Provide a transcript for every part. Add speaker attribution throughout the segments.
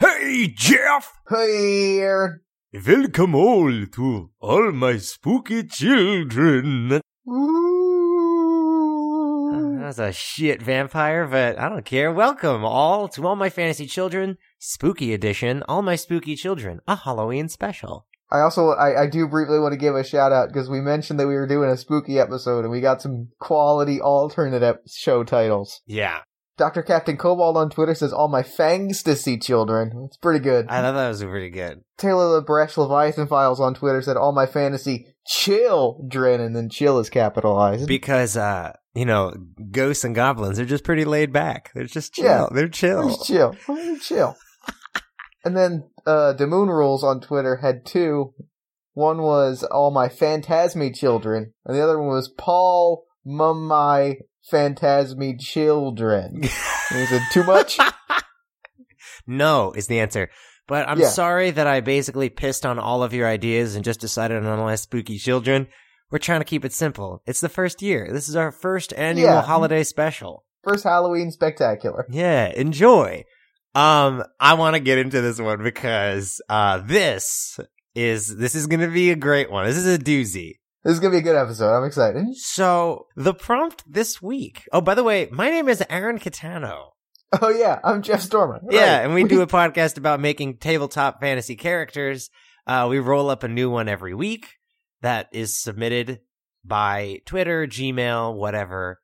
Speaker 1: Hey, Jeff!
Speaker 2: Hey, Aaron.
Speaker 1: Welcome all to all my spooky children.
Speaker 2: Ooh.
Speaker 3: That's a shit vampire, but I don't care. Welcome all to all my fantasy children, spooky edition, all my spooky children, a Halloween special.
Speaker 2: I also I, I do briefly want to give a shout out because we mentioned that we were doing a spooky episode and we got some quality alternate ep- show titles.
Speaker 3: Yeah,
Speaker 2: Dr. Captain Cobalt on Twitter says all my fangs to see children. It's pretty good.
Speaker 3: I thought that was pretty good.
Speaker 2: Taylor Lebrecht Leviathan Files on Twitter said all my fantasy children and then chill is capitalized.
Speaker 3: Because, uh, you know, ghosts and goblins are just pretty laid back. They're just chill.
Speaker 2: Yeah.
Speaker 3: They're chill.
Speaker 2: Where's chill? Where's chill? and then uh, the Moon Rules on Twitter had two. One was all my Phantasme children, and the other one was Paul Mummy Phantasme children. And he said too much.
Speaker 3: no is the answer. But I'm
Speaker 2: Yeah.
Speaker 3: sorry that I basically pissed on all of your ideas and just decided on all my spooky children. We're trying to keep it simple. It's the first year. This is our first annual
Speaker 2: Yeah.
Speaker 3: holiday special.
Speaker 2: First Halloween spectacular.
Speaker 3: Yeah, enjoy. Um, I want to get into this one because uh, this is this is gonna be a great one. This is a doozy.
Speaker 2: This is gonna be a good episode. I'm excited.
Speaker 3: So the prompt this week. Oh, by the way, my name is Aaron Catano.
Speaker 2: Oh yeah, I'm Jeff Stormer.
Speaker 3: Yeah,
Speaker 2: Right.
Speaker 3: and we do a podcast about making tabletop fantasy characters. Uh, we roll up a new one every week that is submitted by Twitter, Gmail, whatever.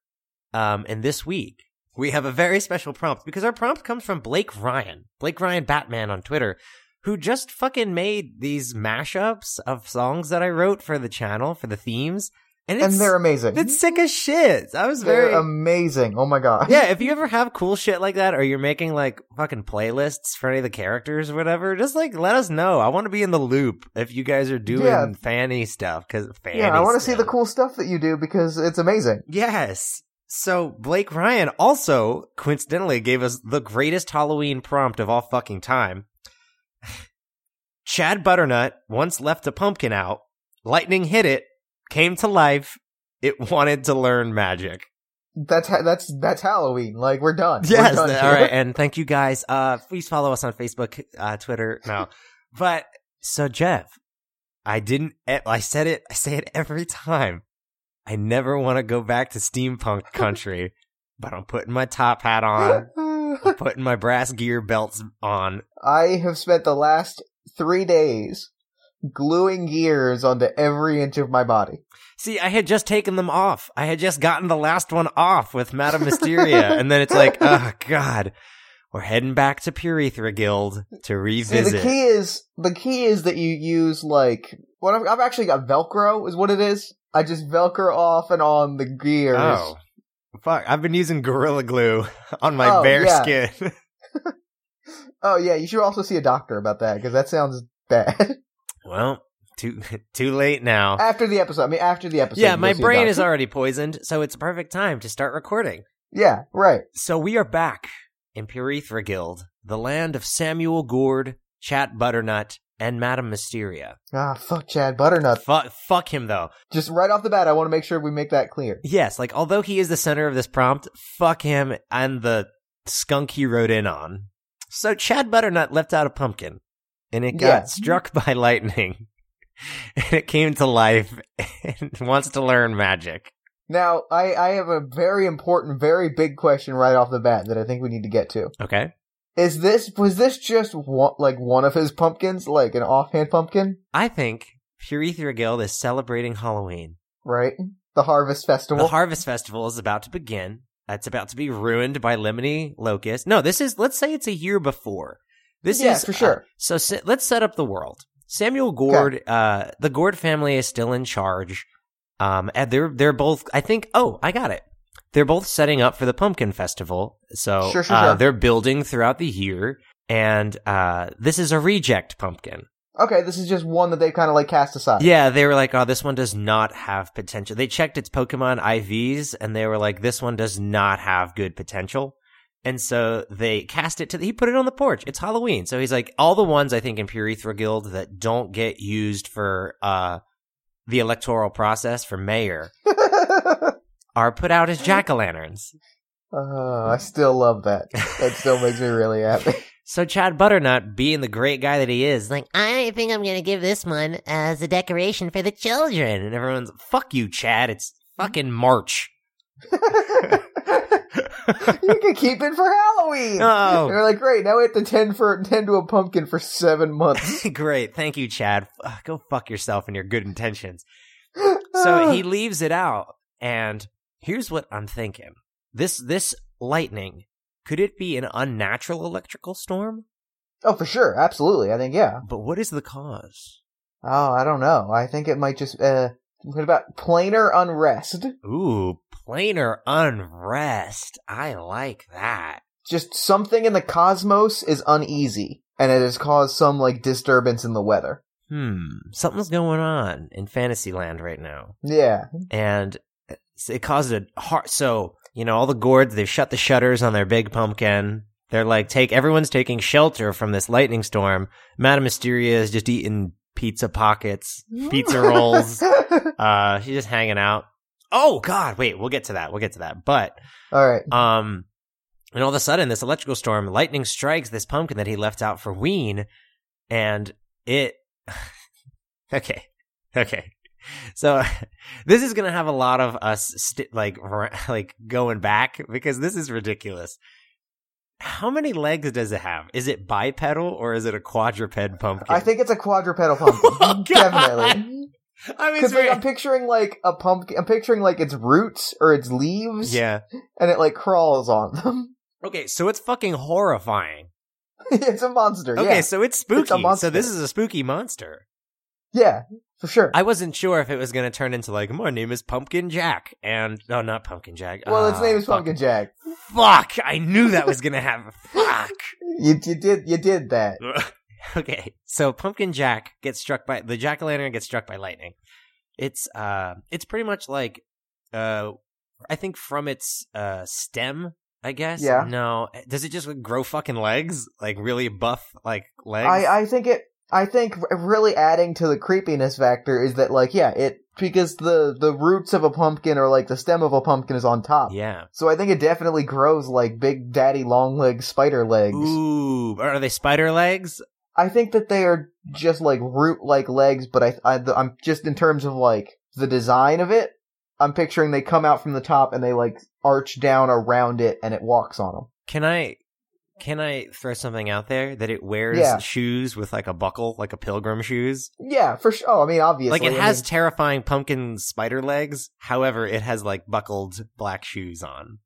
Speaker 3: Um, and this week we have a very special prompt because our prompt comes from Blake Ryan, Blake Ryan Batman on Twitter, who just fucking made these mashups of songs that I wrote for the channel for the themes, and it's
Speaker 2: and they're amazing.
Speaker 3: it's sick as shit. I was
Speaker 2: they're
Speaker 3: very
Speaker 2: amazing. Oh my god.
Speaker 3: yeah, if you ever have cool shit like that, or you're making like fucking playlists for any of the characters or whatever, just like let us know. I want to be in the loop if you guys are doing
Speaker 2: Yeah.
Speaker 3: fanny stuff because fanny.
Speaker 2: Yeah, I want to see
Speaker 3: stuff.
Speaker 2: the cool stuff that you do because it's amazing.
Speaker 3: Yes. So Blake Ryan also coincidentally gave us the greatest Halloween prompt of all fucking time. Chad Butternut once left a pumpkin out. Lightning hit it, came to life. It wanted to learn magic.
Speaker 2: That's ha- that's that's Halloween. Like we're done.
Speaker 3: Yes.
Speaker 2: We're
Speaker 3: All
Speaker 2: done here.
Speaker 3: right. And thank you guys. Uh, please follow us on Facebook, uh, Twitter. No, but so Jeff, I didn't. e- I said it. I say it every time. I never want to go back to steampunk country, but I'm putting my top hat on, I'm putting my brass gear belts on.
Speaker 2: I have spent the last three days gluing gears onto every inch of my body.
Speaker 3: See, I had just taken them off. I had just gotten the last one off with Madame Mysteria, and then it's like, oh god, we're heading back to Purethra Guild to
Speaker 2: See, the
Speaker 3: revisit.
Speaker 2: key is the key is that you use like what I've, I've actually got Velcro is what it is. I just Velcro off and on the gears.
Speaker 3: Oh. Fuck, I've been using Gorilla Glue on my
Speaker 2: Oh,
Speaker 3: bare
Speaker 2: yeah.
Speaker 3: skin.
Speaker 2: Oh, yeah, you should also see a doctor about that because that sounds bad.
Speaker 3: well, too too late now.
Speaker 2: after the episode, I mean, after the episode.
Speaker 3: Uh, yeah,
Speaker 2: you'll
Speaker 3: my
Speaker 2: see a
Speaker 3: brain is
Speaker 2: doctor.
Speaker 3: already poisoned, so it's a perfect time to start recording.
Speaker 2: Yeah, right.
Speaker 3: So we are back in Purethra Guild, the land of Samuel Gourd, Chat Butternut, and Madame Mysteria.
Speaker 2: Ah, fuck Chad Butternut.
Speaker 3: Fu- fuck him though.
Speaker 2: Just right off the bat, I want to make sure we make that clear.
Speaker 3: Yes, like although he is the center of this prompt, fuck him and the skunk he rode in on. So Chad Butternut left out a pumpkin, and it got
Speaker 2: Yeah.
Speaker 3: struck by lightning, and it came to life and wants to learn magic.
Speaker 2: Now, I, I have a very important, very big question right off the bat that I think we need to get to.
Speaker 3: Okay,
Speaker 2: Is this was this just one, like one of his pumpkins, like an offhand pumpkin,
Speaker 3: I think Purethra Guild is celebrating Halloween.
Speaker 2: right? The harvest festival.
Speaker 3: The Harvest Festival is about to begin. It's about to be ruined by Lemony Locust. No, this is let's say it's a year before. This
Speaker 2: Yeah,
Speaker 3: is
Speaker 2: for sure.
Speaker 3: uh, so se- let's set up the world. Samuel Gord, uh, the Gord family is still in charge. Um, and they're they're both. I think. Oh, I got it. They're both setting up for the pumpkin festival. So
Speaker 2: Sure, sure,
Speaker 3: uh,
Speaker 2: sure.
Speaker 3: they're building throughout the year, and uh, this is a reject pumpkin.
Speaker 2: okay, this is just one that they kind of like cast aside.
Speaker 3: Yeah, they were like, oh, this one does not have potential. They checked its Pokemon IVs and they were like, this one does not have good potential. And so they cast it to the, he put it on the porch. It's Halloween. So he's like, all the ones I think in Purethra Guild that don't get used for, uh, the electoral process for mayor are put out as jack-o'-lanterns.
Speaker 2: Oh, Uh, I still love that. That still makes me really happy.
Speaker 3: So Chad Butternut, being the great guy that he is, like,
Speaker 4: I think I'm gonna give this one as a decoration for the children.
Speaker 3: and everyone's, fuck you, Chad. It's fucking March.
Speaker 2: you can keep it for Halloween.
Speaker 3: Oh.
Speaker 2: And we're like, great. Now we have to tend for tend to a pumpkin for seven months.
Speaker 3: Great. Thank you, Chad. Ugh, Go fuck yourself and your good intentions.
Speaker 2: Ah.
Speaker 3: So he leaves it out. And here's what I'm thinking. This this lightning, could it be an unnatural electrical storm?
Speaker 2: oh, for sure, absolutely. I think yeah.
Speaker 3: But what is the cause?
Speaker 2: Oh, I don't know. I think it might just. uh What about planar unrest?
Speaker 3: Ooh, planar unrest. I like that.
Speaker 2: Just something in the cosmos is uneasy, and it has caused some like disturbance in the weather.
Speaker 3: Hmm. Something's going on in Fantasyland right now.
Speaker 2: Yeah.
Speaker 3: and it caused a heart. So you know, all the gourds they've shut the shutters on their big pumpkin. They're like, take everyone's taking shelter from this lightning storm. Madame Mysteria is just eating pizza pockets, pizza rolls.
Speaker 2: All
Speaker 3: Uh, she's just hanging out. Oh God, wait, we'll get to that. We'll get to that. But
Speaker 2: right.
Speaker 3: um, and all of a sudden, this electrical storm, lightning strikes this pumpkin that he left out for Ween, and it. okay, okay. So this is gonna have a lot of us st- like r- like going back because this is ridiculous. How many legs does it have? Is it bipedal or is it a quadruped pumpkin?
Speaker 2: I think it's a quadrupedal pumpkin.
Speaker 3: Oh, God.
Speaker 2: Definitely.
Speaker 3: I mean, it's
Speaker 2: Because like,
Speaker 3: very-
Speaker 2: I'm picturing like a pumpkin. I'm picturing like its roots or its leaves,
Speaker 3: yeah.
Speaker 2: and it like crawls on them.
Speaker 3: Okay, so it's fucking horrifying.
Speaker 2: it's a monster.
Speaker 3: Okay,
Speaker 2: yeah,
Speaker 3: so it's spooky. so
Speaker 2: monster.
Speaker 3: this is a spooky monster.
Speaker 2: yeah, for sure.
Speaker 3: I wasn't sure if it was going to turn into like my name is Pumpkin Jack and no, not Pumpkin Jack.
Speaker 2: well, its
Speaker 3: Ah,
Speaker 2: name is
Speaker 3: fuck.
Speaker 2: Pumpkin Jack.
Speaker 3: Fuck! I knew that was going to happen. fuck.
Speaker 2: You, you did you did that.
Speaker 3: okay, so Pumpkin Jack gets struck by the jack o' lantern gets struck by lightning. It's uh, it's pretty much like uh, I think from its uh stem. I guess.
Speaker 2: Yeah.
Speaker 3: No. Does it just like, grow fucking legs? Like really buff like legs?
Speaker 2: I I think it. I think really adding to the creepiness factor is that like yeah it because the the roots of a pumpkin or like the stem of a pumpkin is on top.
Speaker 3: yeah.
Speaker 2: So I think it definitely grows like big daddy long legs spider legs.
Speaker 3: Ooh. Are they spider legs?
Speaker 2: I think that they are just like root like legs, but I, I I'm just in terms of like the design of it. I'm picturing they come out from the top and they like arch down around it and it walks on them.
Speaker 3: Can I can I throw something out there that it wears
Speaker 2: Yeah.
Speaker 3: shoes with like a buckle, like a pilgrim shoes?
Speaker 2: Yeah, for sure. Oh, I mean, obviously,
Speaker 3: like it
Speaker 2: I
Speaker 3: has
Speaker 2: mean,
Speaker 3: terrifying pumpkin spider legs. However, it has like buckled black shoes on.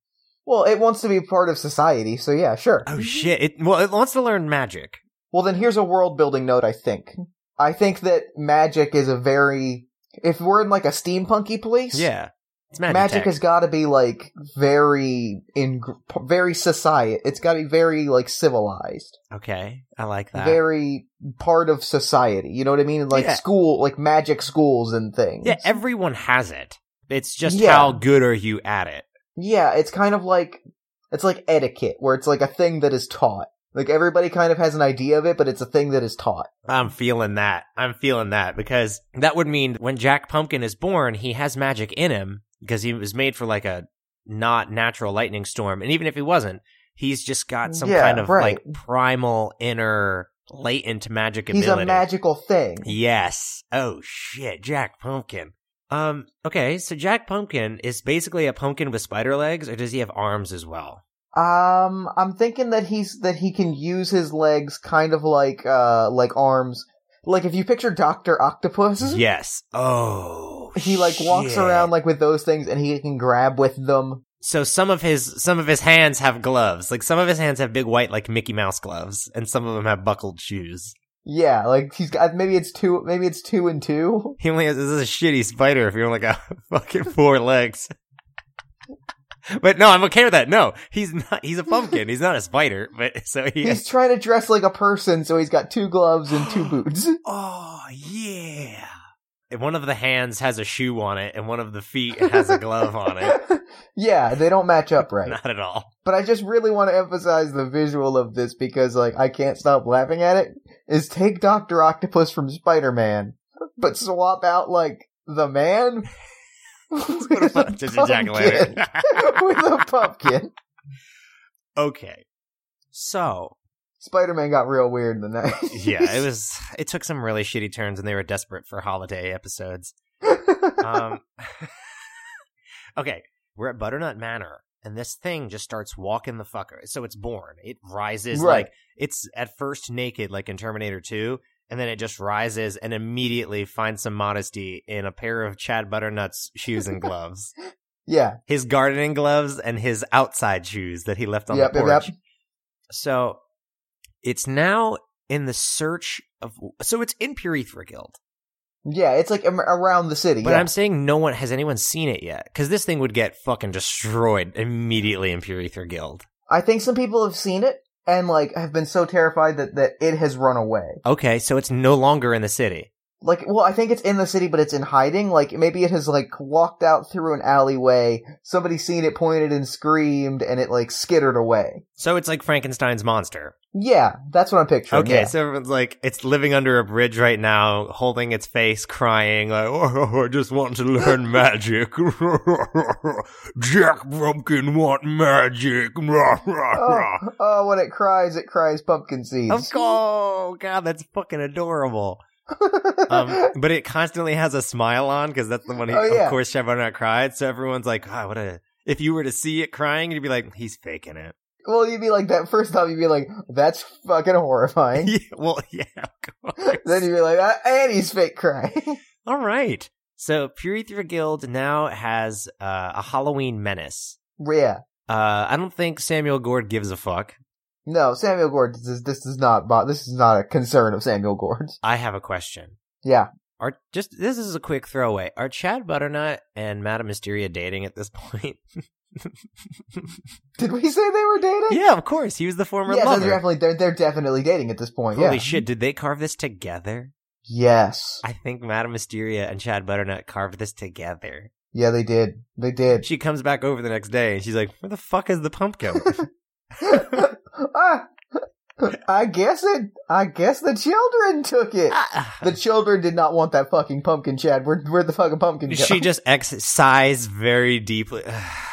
Speaker 2: well, it wants to be part of society, so yeah, sure.
Speaker 3: Oh shit! It well, it wants to learn magic.
Speaker 2: Well, then here's a world building note. I think. I think that magic is a very if we're in like a steampunky place.
Speaker 3: Yeah, it's magic.
Speaker 2: Magic
Speaker 3: tech.
Speaker 2: has got to be like very in very society. It's got to be very like civilized.
Speaker 3: okay. I like that.
Speaker 2: very part of society. You know what I mean? Like
Speaker 3: Yeah.
Speaker 2: school, like magic schools and things.
Speaker 3: yeah, everyone has it. It's just
Speaker 2: Yeah.
Speaker 3: how good are you at it?
Speaker 2: Yeah, it's kind of like it's like etiquette, where it's like a thing that is taught. Like everybody kind of has an idea of it, but it's a thing that is taught.
Speaker 3: I'm feeling that. I'm feeling that because that would mean when Jack Pumpkin is born, he has magic in him because he was made for like a not natural lightning storm. And even if he wasn't, he's just got some
Speaker 2: Yeah,
Speaker 3: kind of
Speaker 2: right.
Speaker 3: like primal inner latent magic
Speaker 2: He's
Speaker 3: ability.
Speaker 2: a magical thing.
Speaker 3: Yes. Oh shit, Jack Pumpkin. Um okay, so Jack Pumpkin is basically a pumpkin with spider legs or does he have arms as well?
Speaker 2: Um, I'm thinking that he's that he can use his legs, kind of like uh, like arms. Like if you picture Doctor Octopus,
Speaker 3: Yes. Oh.
Speaker 2: he like walks
Speaker 3: shit.
Speaker 2: around like with those things, and he can grab with them.
Speaker 3: so some of his some of his hands have gloves. Like some of his hands have big white like Mickey Mouse gloves, and some of them have buckled shoes.
Speaker 2: Yeah, like he's got maybe it's two, maybe it's two and two.
Speaker 3: He only has this is a shitty spider if you're only got fucking four legs. but no, I'm okay with that. No, he's not. He's a pumpkin. he's not a spider. But so he.
Speaker 2: He's trying to dress like a person, so he's got two gloves and two boots.
Speaker 3: oh yeah. And one of the hands has a shoe on it, and one of the feet has a glove on it.
Speaker 2: yeah, they don't match up right.
Speaker 3: Not at all.
Speaker 2: But I just really want to emphasize the visual of this because, like, I can't stop laughing at it. Is take Doctor Octopus from Spider Man, but swap out like the man
Speaker 3: What
Speaker 2: with
Speaker 3: about just a jack o' lantern?
Speaker 2: pumpkin. with a pumpkin.
Speaker 3: okay. So
Speaker 2: Spider Man got real weird in the night.
Speaker 3: yeah, it was. It took some really shitty turns, and they were desperate for holiday episodes. Um, okay, we're at Butternut Manor, and this thing just starts walking the fucker. So it's born. It rises
Speaker 2: Right.
Speaker 3: like it's at first naked, like in Terminator Two, and then it just rises and immediately finds some modesty in a pair of Chad Butternut's shoes and gloves,
Speaker 2: yeah.
Speaker 3: his gardening gloves, and his outside shoes that he left on
Speaker 2: Yep,
Speaker 3: the
Speaker 2: yep,
Speaker 3: porch.
Speaker 2: yep.
Speaker 3: So it's now in the search of. So it's in Purethra Guild.
Speaker 2: Yeah, it's like am- around the city.
Speaker 3: But
Speaker 2: yeah.
Speaker 3: I'm saying no one has anyone seen it yet because this thing would get fucking destroyed immediately in Pure Ether Guild.
Speaker 2: I think some people have seen it and like have been so terrified that that it has run away.
Speaker 3: Okay, so it's no longer in the city.
Speaker 2: Like, well, I think it's in the city, but it's in hiding. Like, maybe it has like walked out through an alleyway. Somebody seen it, pointed and screamed, and it like skittered away.
Speaker 3: So it's like Frankenstein's monster.
Speaker 2: Yeah, that's what I'm picturing.
Speaker 3: Okay,
Speaker 2: yeah.
Speaker 3: so everyone's like, it's living under a bridge right now, holding its face, crying, like,
Speaker 1: Oh, I just want to learn magic. Jack Brumpkin want magic.
Speaker 2: Oh, oh, when it cries, it cries pumpkin seeds.
Speaker 3: of course, oh, God, that's fucking adorable. Um, but it constantly has a smile on because that's the one, he,
Speaker 2: Oh, yeah.
Speaker 3: of course, Chevron cried. So everyone's like, God, what a. If you were to see it crying, you'd be like, he's faking it.
Speaker 2: well, you'd be like that first time. You'd be like, "That's fucking horrifying."
Speaker 3: Yeah, well, yeah, of course.
Speaker 2: then you'd be like, "Ah, "And he's fake crying."
Speaker 3: All right. So Purethra Guild now has uh, a Halloween menace.
Speaker 2: yeah,
Speaker 3: Uh, I don't think Samuel Gord gives a fuck.
Speaker 2: no, Samuel Gord. This is this is not bo- this is not a concern of Samuel Gord's.
Speaker 3: I have a question.
Speaker 2: Yeah,
Speaker 3: Are just this is a quick throwaway. Are Chad Butternut and Madame Mysteria dating at this point?
Speaker 2: did we say they were dating?
Speaker 3: yeah, of course. He was the former
Speaker 2: Yeah, so
Speaker 3: lover.
Speaker 2: they're definitely they're, they're definitely dating at this point.
Speaker 3: Holy
Speaker 2: yeah.
Speaker 3: shit! Did they carve this together?
Speaker 2: yes.
Speaker 3: I think Madame Mysteria and Chad Butternut carved this together.
Speaker 2: Yeah, they did. They did.
Speaker 3: She comes back over the next day and she's like, "Where the fuck is the pumpkin?"
Speaker 2: ah, I guess it. I guess the children took it.
Speaker 3: Ah.
Speaker 2: The children did not want that fucking pumpkin, Chad. Where where the fucking pumpkin go?
Speaker 3: She just ex- sighs very deeply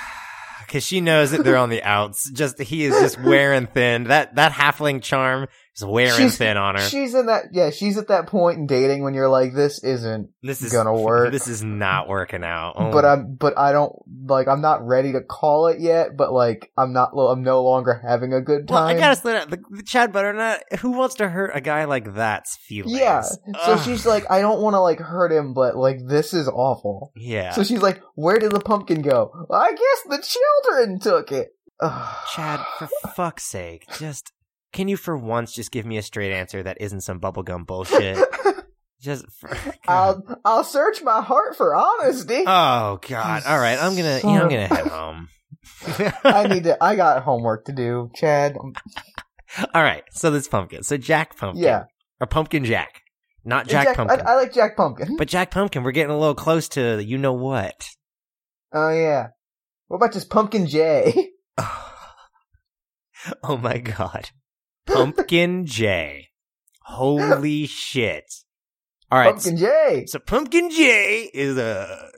Speaker 3: because she knows that they're on the outs. Just he is just wearing thin. That that halfling charm is wearing
Speaker 2: She's-
Speaker 3: thin on her.
Speaker 2: she's in that. Yeah, she's at that point in dating when you're like, this isn't.
Speaker 3: this is
Speaker 2: gonna work.
Speaker 3: This is not working out. Oh,
Speaker 2: But I'm. But I don't like. I'm not ready to call it yet. But like, I'm not. lo- I'm no longer having a good
Speaker 3: well, I
Speaker 2: time.
Speaker 3: gotta slow down. The, the Chad Butternut. Who wants to hurt a guy like that's feelings?
Speaker 2: yeah. So
Speaker 3: Ugh.
Speaker 2: she's like, I don't want to like hurt him, but like, this is awful.
Speaker 3: yeah.
Speaker 2: So she's like, "Where did the pumpkin go?" Well, I guess the children took it. Ugh.
Speaker 3: Chad, for fuck's sake, just can you for once just give me a straight answer that isn't some bubblegum bullshit? just for, God.
Speaker 2: I'll I'll search my heart for honesty.
Speaker 3: Oh God! All right, I'm gonna. You know, I'm gonna head home.
Speaker 2: I need to. I got homework to do, Chad.
Speaker 3: All right, so this pumpkin. So Jack Pumpkin.
Speaker 2: Yeah,
Speaker 3: Or Pumpkin Jack, not Jack,
Speaker 2: I-
Speaker 3: Pumpkin.
Speaker 2: I, like Jack Pumpkin.
Speaker 3: but Jack Pumpkin, we're getting a little close to the you know what.
Speaker 2: Oh yeah. What about just Pumpkin Jay?
Speaker 3: Oh my God, Pumpkin J. Holy shit! All right,
Speaker 2: Pumpkin Jay.
Speaker 3: So Pumpkin J is a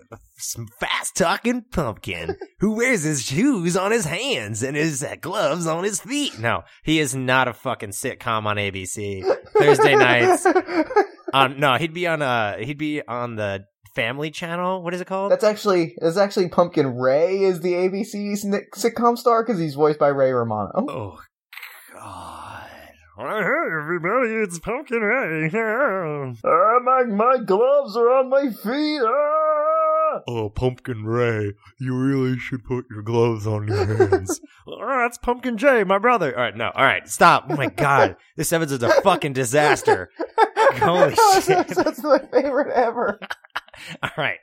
Speaker 3: fast talking pumpkin who wears his shoes on his hands and his uh, gloves on his feet. No, he is not a fucking sitcom on ABC Thursday nights. Um, no, he'd be on uh he'd be on the Family Channel. What is it called?
Speaker 2: That's actually that's actually Pumpkin Ray is the ABC sni- sitcom star because he's voiced by Ray Romano.
Speaker 3: oh God!
Speaker 1: Well, hey, everybody, it's Pumpkin Ray.
Speaker 2: Ah, my my gloves are on my feet. Ah!
Speaker 1: Oh, Pumpkin Ray, you really should put your gloves on your hands.
Speaker 3: Oh, that's Pumpkin J, my brother. All right, no, all right, stop. Oh my God, this episode's a fucking disaster. Holy
Speaker 2: That's-
Speaker 3: shit.
Speaker 2: That's my favorite ever.
Speaker 3: All right,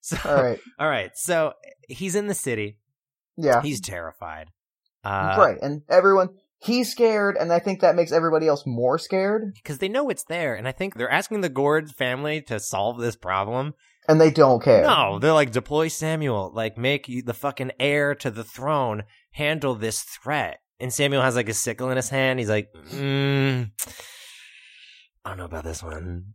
Speaker 3: so
Speaker 2: All right.
Speaker 3: all right, so he's in the city.
Speaker 2: Yeah.
Speaker 3: He's terrified. Uh,
Speaker 2: right. And everyone, he's scared, and I think that makes everybody else more scared,
Speaker 3: Because they know it's there. And I think they're asking the Gord family to solve this problem.
Speaker 2: and they don't care.
Speaker 3: No, they're like, deploy Samuel. Like, make you the fucking heir to the throne handle this threat. And Samuel has like a sickle in his hand. He's like, mm, I don't know about this one.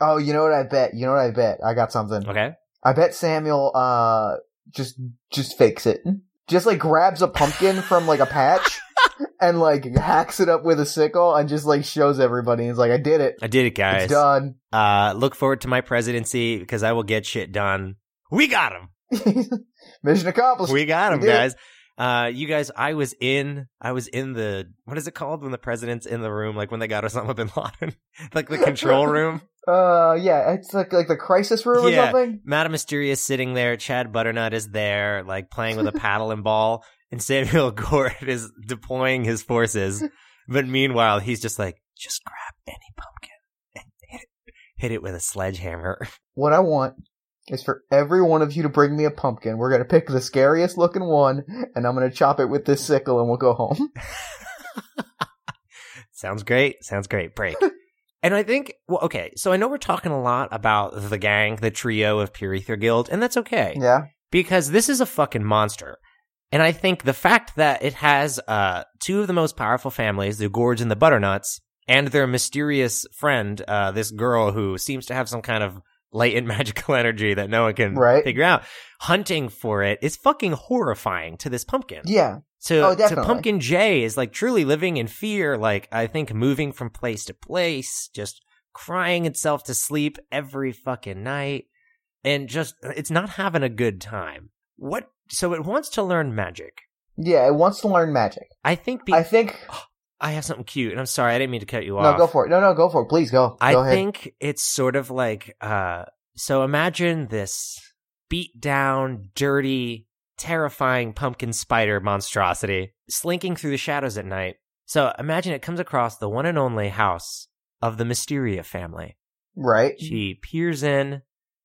Speaker 2: Oh, you know what I bet? You know what I bet? I got something.
Speaker 3: Okay.
Speaker 2: I bet Samuel, uh, just, just fakes it. Just like grabs a pumpkin from like a patch and like hacks it up with a sickle and just like shows everybody. He's like, I did it.
Speaker 3: I did it, guys.
Speaker 2: It's done.
Speaker 3: Uh, look forward to my presidency because I will get shit done. We got him.
Speaker 2: Mission accomplished.
Speaker 3: We got him,
Speaker 2: We did it.
Speaker 3: guys. Uh, you guys, I was in, I was in the, what is it called when the president's in the room, like when they got Osama bin Laden, like the control room.
Speaker 2: uh, yeah, it's like like the crisis room or
Speaker 3: Yeah.
Speaker 2: something.
Speaker 3: Madame Mysterious sitting there. Chad Butternut is there, like playing with a paddle and ball, and Samuel Gord is deploying his forces. But meanwhile, he's just like, just grab any pumpkin and hit it, hit it with a sledgehammer.
Speaker 2: What I want is for every one of you to bring me a pumpkin. We're gonna pick the scariest looking one, and I'm gonna chop it with this sickle, and we'll go home.
Speaker 3: Sounds great. Sounds great. Break. and I think, well, okay. So I know we're talking a lot about the gang, the trio of Pure Ether Guild, and that's okay
Speaker 2: yeah,
Speaker 3: because this is a fucking monster. And I think the fact that it has uh, two of the most powerful families, the Gords and the Butternuts, and their mysterious friend, uh, this girl who seems to have some kind of latent magical energy that no one can
Speaker 2: Right.
Speaker 3: figure out, hunting for it is fucking horrifying to this pumpkin.
Speaker 2: yeah.
Speaker 3: So,
Speaker 2: Oh,
Speaker 3: to
Speaker 2: definitely.
Speaker 3: Pumpkin Jay is like truly living in fear, like I think moving from place to place, just crying itself to sleep every fucking night, and just it's not having a good time. What? So it wants to learn magic.
Speaker 2: Yeah, it wants to learn magic.
Speaker 3: I think. Be-
Speaker 2: I
Speaker 3: I,
Speaker 2: think.
Speaker 3: have something cute, and I'm sorry I didn't mean to cut you
Speaker 2: No,
Speaker 3: off.
Speaker 2: go for it. No, no, go for it. Please go.
Speaker 3: I
Speaker 2: Oh, go ahead.
Speaker 3: think it's sort of like uh so imagine this beat down, dirty, terrifying pumpkin spider monstrosity slinking through the shadows at night. So imagine it comes across the one and only house of the Mysteria family.
Speaker 2: right.
Speaker 3: She peers in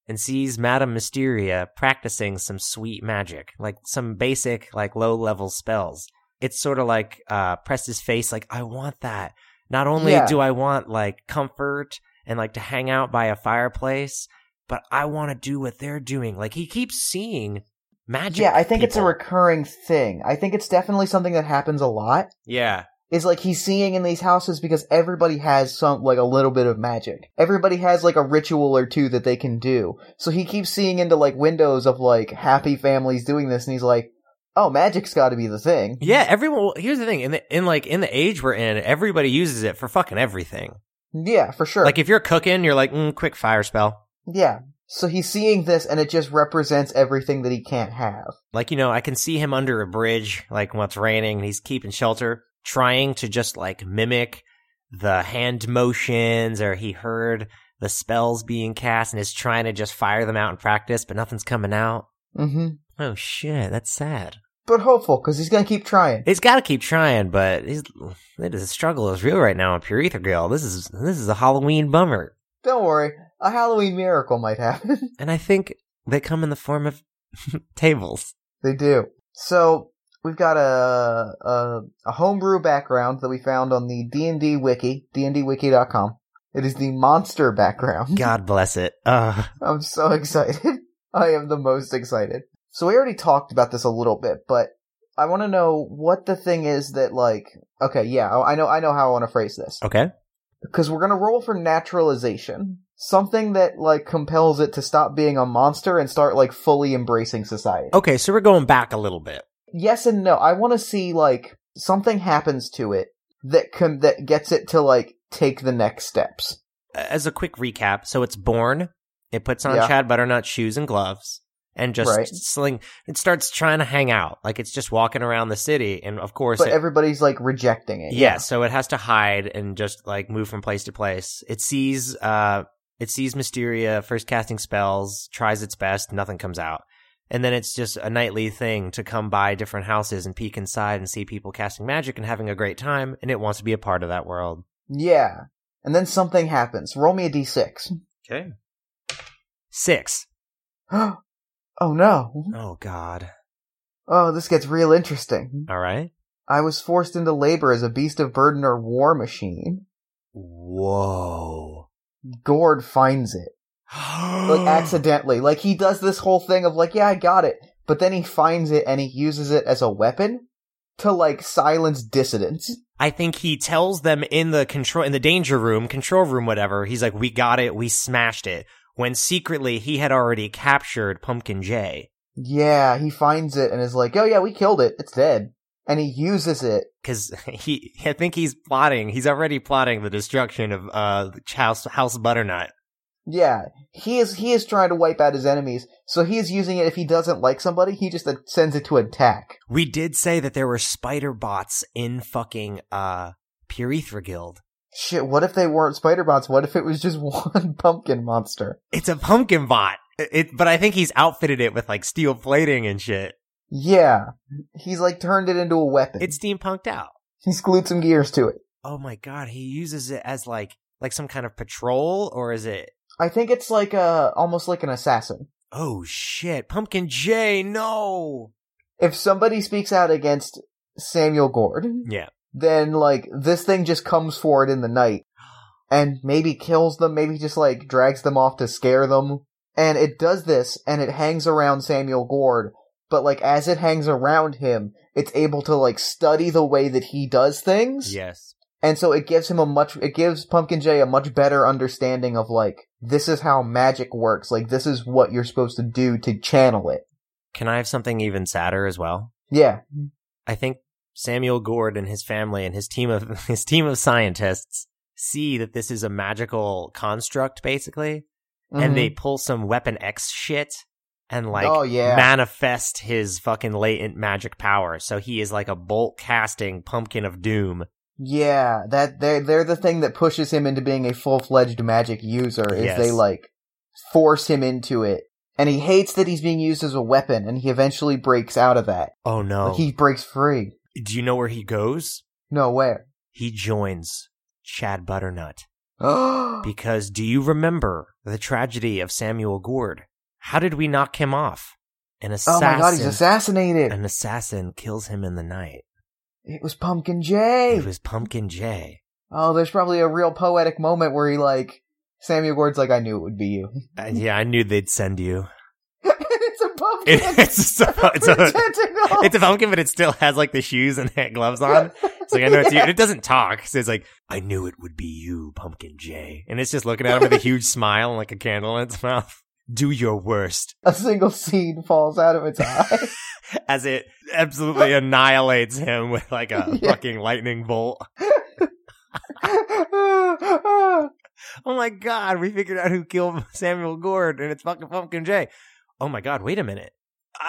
Speaker 3: and sees Madame Mysteria practicing some sweet magic, like some basic, like low level spells. It's sort of like uh, Press's face, like, I want that. Not only
Speaker 2: Yeah.
Speaker 3: do I want like comfort and like to hang out by a fireplace, but I want to do what they're doing. Like he keeps seeing magic.
Speaker 2: Yeah, I think it's a
Speaker 3: people.
Speaker 2: recurring thing. I think it's definitely something that happens a lot.
Speaker 3: yeah,
Speaker 2: Is like he's seeing in these houses because everybody has some like a little bit of magic. Everybody has like a ritual or two that they can do. So he keeps seeing into like windows of like happy families doing this, and he's like, "Oh, magic's got to be the thing."
Speaker 3: yeah. Everyone. well, Here's the thing: in the in like in the age we're in, everybody uses it for fucking everything.
Speaker 2: Yeah, for sure.
Speaker 3: Like if you're cooking, you're like, mm, quick fire spell.
Speaker 2: yeah. So he's seeing this, and it just represents everything that he can't have.
Speaker 3: Like, you know, I can see him under a bridge, like when it's raining and he's keeping shelter, trying to just like mimic the hand motions or he heard the spells being cast and is trying to just fire them out in practice, but nothing's coming out.
Speaker 2: hmm
Speaker 3: Oh shit, that's sad.
Speaker 2: But hopeful because he's gonna keep trying.
Speaker 3: He's got to keep trying, but he's, it is, the struggle is real right now in Pure Ether Girl. This is this is a Halloween bummer,
Speaker 2: Don't worry, a Halloween miracle might happen.
Speaker 3: and I think they come in the form of tables.
Speaker 2: They do. So we've got a a, a homebrew background that we found on the D and D wiki, dndwiki.com. It is the monster background.
Speaker 3: God bless it. Uh,
Speaker 2: I'm so excited. I am the most excited. So we already talked about this a little bit, but I want to know what the thing is that like. Okay, yeah, I I know, I know how I want to phrase this
Speaker 3: okay.
Speaker 2: because we're gonna roll for naturalization, something that like compels it to stop being a monster and start like fully embracing society.
Speaker 3: Okay, so we're going back a little bit.
Speaker 2: yes and no. I want to see like something happens to it that can that gets it to like take the next steps.
Speaker 3: as a quick recap, so it's born. It puts on
Speaker 2: Yeah.
Speaker 3: Chad Butternut shoes and gloves and just
Speaker 2: Right.
Speaker 3: sling. It starts trying to hang out, like it's just walking around the city, and of course,
Speaker 2: But
Speaker 3: it,
Speaker 2: everybody's like rejecting it.
Speaker 3: yeah. So it has to hide and just like move from place to place. It sees, uh, it sees Mysteria first casting spells, tries its best, nothing comes out, and then it's just a nightly thing to come by different houses and peek inside and see people casting magic and having a great time, and it wants to be a part of that world.
Speaker 2: Yeah. And then something happens. Roll me a d6.
Speaker 3: Okay, six.
Speaker 2: oh no.
Speaker 3: Oh God.
Speaker 2: Oh, this gets real interesting.
Speaker 3: All right.
Speaker 2: I was forced into labor as a beast of burden or war machine.
Speaker 3: Whoa.
Speaker 2: Gord finds it. Like accidentally. Like he does this whole thing of like, yeah, I got it. But then he finds it and he uses it as a weapon to like silence dissidents.
Speaker 3: I think he tells them in the control, in the danger room, control room, whatever. He's like, we got it. We smashed it. When secretly he had already captured Pumpkin Jay.
Speaker 2: Yeah, he finds it and is like, "Oh yeah, we killed it. It's dead." and he uses it.
Speaker 3: because he, I think he's plotting. He's already plotting the destruction of uh House House Butternut.
Speaker 2: Yeah, he is he is trying to wipe out his enemies, so he is using it. If he doesn't like somebody, he just uh, sends it to attack.
Speaker 3: We did say that there were spider bots in fucking uh Purethra Guild.
Speaker 2: Shit, what if they weren't spider bots? What if it was just one pumpkin monster?
Speaker 3: It's a pumpkin bot. It, it- but I think he's outfitted it with like steel plating and shit.
Speaker 2: Yeah, he's like turned it into a weapon.
Speaker 3: It's steampunked out.
Speaker 2: he's glued some gears to it.
Speaker 3: Oh my god, he uses it as like like some kind of patrol or is it
Speaker 2: I think it's like a almost like an assassin.
Speaker 3: Oh shit, Pumpkin J, no.
Speaker 2: If somebody speaks out against Samuel Gord,
Speaker 3: Yeah.
Speaker 2: then like this thing just comes for it in the night and maybe kills them, maybe just like drags them off to scare them. And it does this and it hangs around Samuel Gord, but like as it hangs around him, it's able to like study the way that he does things.
Speaker 3: Yes.
Speaker 2: And so it gives him a much it gives Pumpkin Jay a much better understanding of like this is how magic works. Like this is what you're supposed to do to channel it.
Speaker 3: Can I have something even sadder as well?
Speaker 2: Yeah.
Speaker 3: I think Samuel Gord and his family and his team of his team of scientists see that this is a magical construct basically and they
Speaker 2: Mhm.
Speaker 3: pull some weapon X shit and like
Speaker 2: Oh yeah.
Speaker 3: manifest his fucking latent magic power. So he is like a bolt casting pumpkin of doom.
Speaker 2: Yeah, that they're they're the thing that pushes him into being a full fledged magic user is
Speaker 3: Yes.
Speaker 2: they like force him into it. And he hates that he's being used as a weapon and he eventually breaks out of that.
Speaker 3: Oh no.
Speaker 2: Like, he breaks free.
Speaker 3: Do you know where he goes?
Speaker 2: No where.
Speaker 3: He joins Chad Butternut.
Speaker 2: yeah,
Speaker 3: Because do you remember the tragedy of Samuel Gord? How did we knock him off? An
Speaker 2: Oh
Speaker 3: assassin.
Speaker 2: my god, he's assassinated.
Speaker 3: An assassin kills him in the night.
Speaker 2: It was Pumpkin Jay.
Speaker 3: It was Pumpkin Jay.
Speaker 2: oh, there's probably a real poetic moment where he like Samuel Gord's like, I knew it would be you.
Speaker 3: Uh, yeah, I knew they'd send you.
Speaker 2: it's a pumpkin.
Speaker 3: It- it's, a, it's, a,
Speaker 2: Tentacle.
Speaker 3: it's a pumpkin, but it still has like the shoes and gloves on. It's like I know it's you. And it doesn't talk. So it's like I knew it would be you, Pumpkin Jay. And it's just looking at him with a huge smile and like a candle in its mouth. Do your worst
Speaker 2: A single seed falls out of its eye.
Speaker 3: as it absolutely annihilates him with like a
Speaker 2: Yeah.
Speaker 3: fucking lightning bolt.
Speaker 2: oh
Speaker 3: Oh my god, we figured out who killed Samuel Gord, and it's fucking Pumpkin Jay. Oh my god, wait a minute.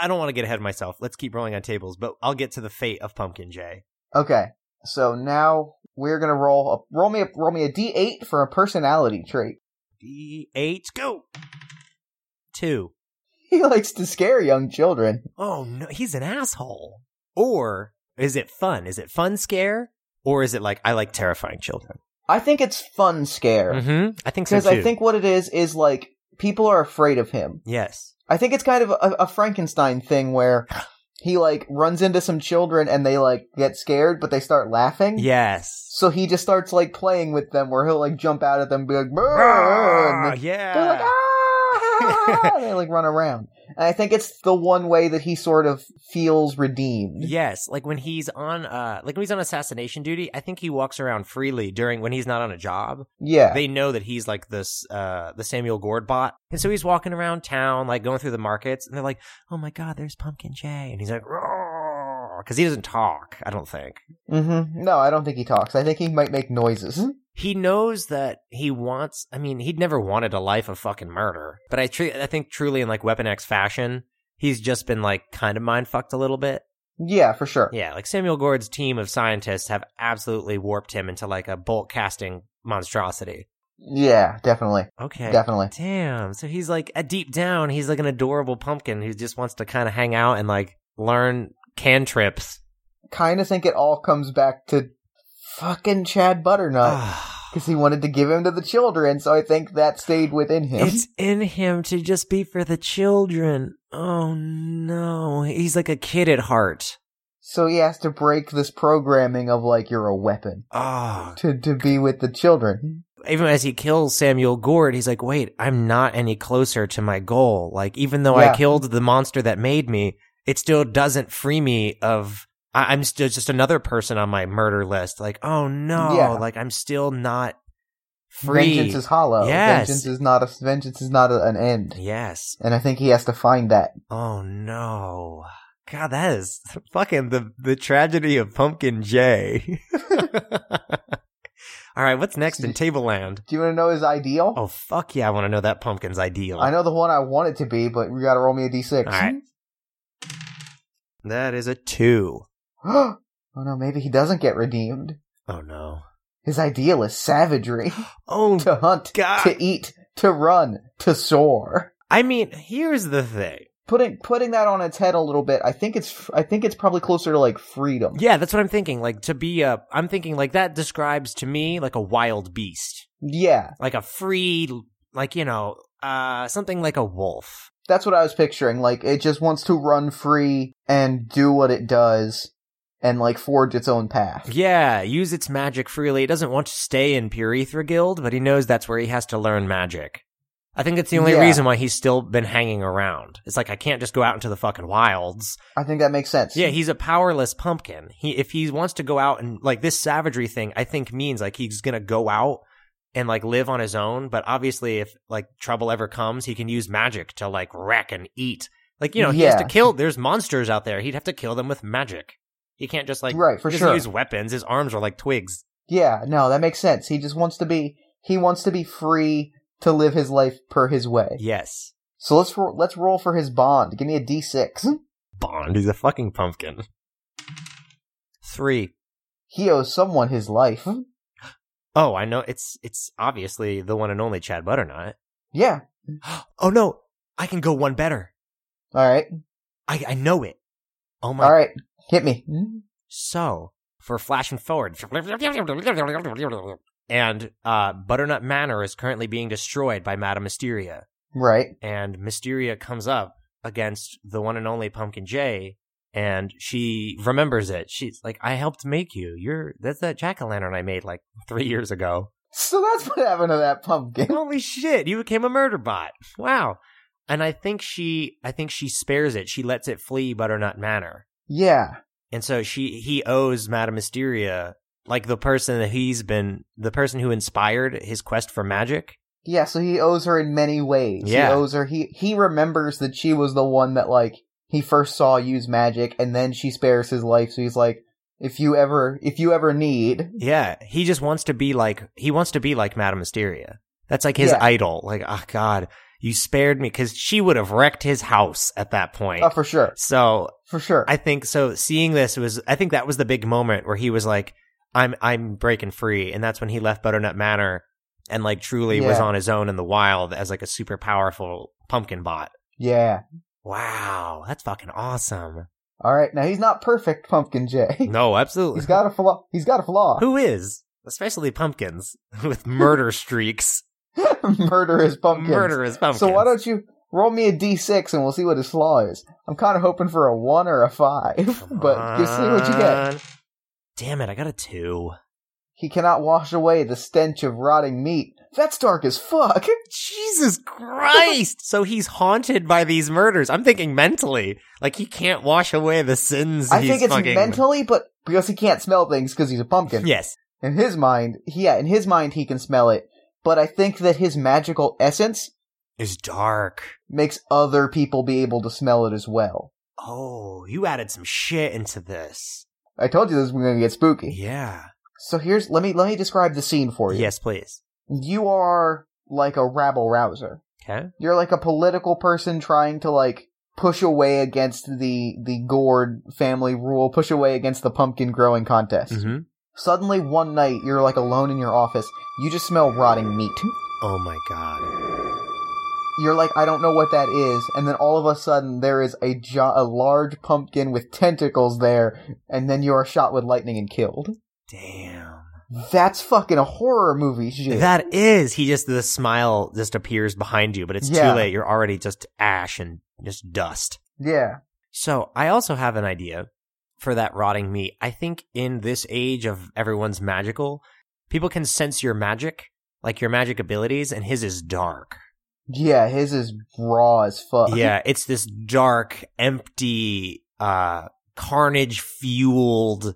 Speaker 3: I don't want to get ahead of myself. Let's keep rolling on tables, but I'll get to the fate of Pumpkin Jay.
Speaker 2: Okay, so now we're gonna roll a roll me a, roll me a d eight for a personality trait.
Speaker 3: D eight, go. Two.
Speaker 2: He likes to scare young children.
Speaker 3: Oh no, he's an asshole. Or is it fun? Is it fun scare? Or is it like I like terrifying children?
Speaker 2: I think it's fun scare
Speaker 3: Mm-hmm. I think so
Speaker 2: because
Speaker 3: too.
Speaker 2: I think what it is is like people are afraid of him.
Speaker 3: yes.
Speaker 2: I think it's kind of a, a Frankenstein thing where he like runs into some children and they like get scared, but they start laughing.
Speaker 3: Yes.
Speaker 2: So he just starts like playing with them, where he'll like jump out at them, and be like, "Brrr," and
Speaker 3: Ah,
Speaker 2: They're like,
Speaker 3: yeah.
Speaker 2: ah! they like run around. And I think it's the one way that he sort of feels redeemed.
Speaker 3: Yes, like when he's on uh like when he's on assassination duty, I think he walks around freely during when he's not on a job.
Speaker 2: Yeah.
Speaker 3: They know that he's like this uh the Samuel Gord bot. And so he's walking around town like going through the markets and they're like, "Oh my god, there's Pumpkin Jay." And he's like, "Cuz he doesn't talk, I don't think.
Speaker 2: hmm No, I don't think he talks. I think he might make noises.
Speaker 3: he knows that he wants i mean he'd never wanted a life of fucking murder but i tr- i think truly in like weapon x fashion he's just been like kind of mind fucked a little bit
Speaker 2: Yeah, for sure.
Speaker 3: yeah like samuel gord's team of scientists have absolutely warped him into like a bolt casting monstrosity
Speaker 2: Yeah, definitely.
Speaker 3: okay
Speaker 2: Definitely.
Speaker 3: damn so he's like a deep down he's like an adorable pumpkin who just wants to kind of hang out and like learn cantrips
Speaker 2: Kind of think it all comes back to fucking Chad
Speaker 3: Ah.
Speaker 2: Butternut. Because he wanted to give him to the children, so I think that stayed within him.
Speaker 3: It's in him to just be for the children. Oh no. He's like a kid at heart.
Speaker 2: so he has to break this programming of, like, you're a weapon
Speaker 3: Ah.
Speaker 2: to, to be with the children.
Speaker 3: Even as he kills Samuel Gord, he's like, wait, I'm not any closer to my goal. Like, even though
Speaker 2: Yeah.
Speaker 3: I killed the monster that made me, it still doesn't free me of. I- I'm still just another person on my murder list. Like, oh no.
Speaker 2: Yeah.
Speaker 3: Like, I'm still not free.
Speaker 2: Vengeance is hollow.
Speaker 3: Yes.
Speaker 2: Vengeance is not a, vengeance is not a, an end.
Speaker 3: yes.
Speaker 2: and I think he has to find that.
Speaker 3: Oh no. God, that is fucking the the tragedy of Pumpkin J. All right, what's next in Tableland?
Speaker 2: Do you want to know his ideal?
Speaker 3: Oh fuck yeah, I want to know that pumpkin's ideal.
Speaker 2: I know the one I want it to be, but you gotta roll me a d6.
Speaker 3: All right. That is a two.
Speaker 2: oh no, maybe he doesn't get redeemed.
Speaker 3: Oh no.
Speaker 2: His ideal is savagery
Speaker 3: Oh
Speaker 2: to hunt,
Speaker 3: god.
Speaker 2: to eat, to run, to soar.
Speaker 3: I mean, here's the thing.
Speaker 2: Putting putting that on its head a little bit, I think it's I think it's probably closer to like freedom.
Speaker 3: Yeah, that's what I'm thinking. Like to be a I'm thinking like that describes to me like a wild beast.
Speaker 2: Yeah,
Speaker 3: Like a free like, you know, uh something like a wolf.
Speaker 2: that's what I was picturing. Like it just wants to run free and do what it does, and like forge its own path.
Speaker 3: Yeah, use its magic freely. He doesn't want to stay in Purethra Guild, but he knows that's where he has to learn magic. I think that's the only
Speaker 2: Yeah.
Speaker 3: reason why he's still been hanging around. It's like I can't just go out into the fucking wilds.
Speaker 2: I think that makes sense.
Speaker 3: Yeah, he's a powerless pumpkin. He if he wants to go out and like this savagery thing, I think means like he's gonna go out and like live on his own. But obviously, if like trouble ever comes, he can use magic to like wreck and eat. Like you know, he has to
Speaker 2: Yeah.
Speaker 3: kill. There's monsters out there. He'd have to kill them with magic. He can't just like
Speaker 2: right for
Speaker 3: he doesn't
Speaker 2: sure.
Speaker 3: use weapons. His arms are like twigs.
Speaker 2: Yeah, no, that makes sense. He just wants to be he wants to be free to live his life per his way.
Speaker 3: Yes.
Speaker 2: So let's ro- let's roll for his bond. Give me a
Speaker 3: Hmm?
Speaker 2: d6.
Speaker 3: Bond. He's a fucking pumpkin. Three.
Speaker 2: He owes someone his life.
Speaker 3: Hmm? Oh, I know. It's it's obviously the one and only Chad Butternut.
Speaker 2: Yeah.
Speaker 3: Oh no, I can go one better.
Speaker 2: All right.
Speaker 3: I I know it. Oh my. Hmm?
Speaker 2: All right. Hit me.
Speaker 3: So for flashing forward, and uh, Butternut Manor is currently being destroyed by Madame Mysteria,
Speaker 2: Right.
Speaker 3: and Mysteria comes up against the one and only Pumpkin Jay, and she remembers it. She's like, "I helped make you. You're that's that jack o' lantern I made like three years ago."
Speaker 2: So that's what happened to that pumpkin.
Speaker 3: Holy shit, you became a murder bot. Wow. And I think she I think she spares it. She lets it flee Butternut Manor.
Speaker 2: Yeah.
Speaker 3: And so she he owes Madame Mysteria like the person that he's been the person who inspired his quest for magic.
Speaker 2: Yeah, so he owes her in many ways.
Speaker 3: Yeah.
Speaker 2: He owes her he he remembers that she was the one that like he first saw use magic and then she spares his life. So he's like if you ever if you ever need
Speaker 3: Yeah, he just wants to be like he wants to be like Madame Mysteria. That's like his
Speaker 2: Yeah.
Speaker 3: idol. Like, oh god, you spared me because she would have wrecked his house at that point.
Speaker 2: Oh, for sure.
Speaker 3: so
Speaker 2: For sure.
Speaker 3: I think so. Seeing this was, I think that was the big moment where he was like, "I'm I'm breaking free," and that's when he left Butternut Manor and like truly was
Speaker 2: Yeah.
Speaker 3: on his own in the wild as like a super powerful pumpkin bot.
Speaker 2: yeah.
Speaker 3: Wow, that's fucking awesome.
Speaker 2: All right, now he's not perfect, Pumpkin Jay.
Speaker 3: No, absolutely.
Speaker 2: He's got a flaw. He's got a flaw.
Speaker 3: Who is? Especially pumpkins with murder streaks.
Speaker 2: Murderous pumpkin.
Speaker 3: Murderous pumpkins.
Speaker 2: So why don't you roll me a d6 and we'll see what his flaw is? I'm kind of hoping for a one or a five,
Speaker 3: Come
Speaker 2: but you see what you get.
Speaker 3: on. Damn it, I got a two.
Speaker 2: He cannot wash away the stench of rotting meat. That's dark as fuck.
Speaker 3: Jesus Christ! so he's haunted by these murders. I'm thinking mentally, like he can't wash away the sins.
Speaker 2: I
Speaker 3: he's
Speaker 2: think it's
Speaker 3: fucking-
Speaker 2: mentally, but because he can't smell things because he's a pumpkin.
Speaker 3: Yes.
Speaker 2: In his mind, yeah, in his mind he can smell it, but I think that his magical essence
Speaker 3: It's dark.
Speaker 2: makes other people be able to smell it as well.
Speaker 3: Oh, you added some shit into this.
Speaker 2: I told you this was going to get spooky.
Speaker 3: Yeah.
Speaker 2: So here's let me let me describe the scene for you.
Speaker 3: Yes, please.
Speaker 2: You are like a rabble rouser.
Speaker 3: Okay.
Speaker 2: You're like a political person trying to like push away against the the gourd family rule, push away against the pumpkin growing contest.
Speaker 3: Mm-hmm.
Speaker 2: Suddenly one night you're like alone in your office. You just smell rotting meat.
Speaker 3: Oh my god.
Speaker 2: You're like I don't know what that is, and then all of a sudden there is a jo- a large pumpkin with tentacles there, and then you are shot with lightning and killed.
Speaker 3: Damn.
Speaker 2: That's fucking a horror movie shit.
Speaker 3: That is. He just the smile just appears behind you, but it's
Speaker 2: Yeah.
Speaker 3: too late. You're already just ash and just dust.
Speaker 2: yeah.
Speaker 3: So I also have an idea for that rotting meat. I think in this age of everyone's magical, people can sense your magic, like your magic abilities, and his is dark.
Speaker 2: Yeah, his is raw as fuck.
Speaker 3: yeah, it's this dark, empty, uh, carnage fueled,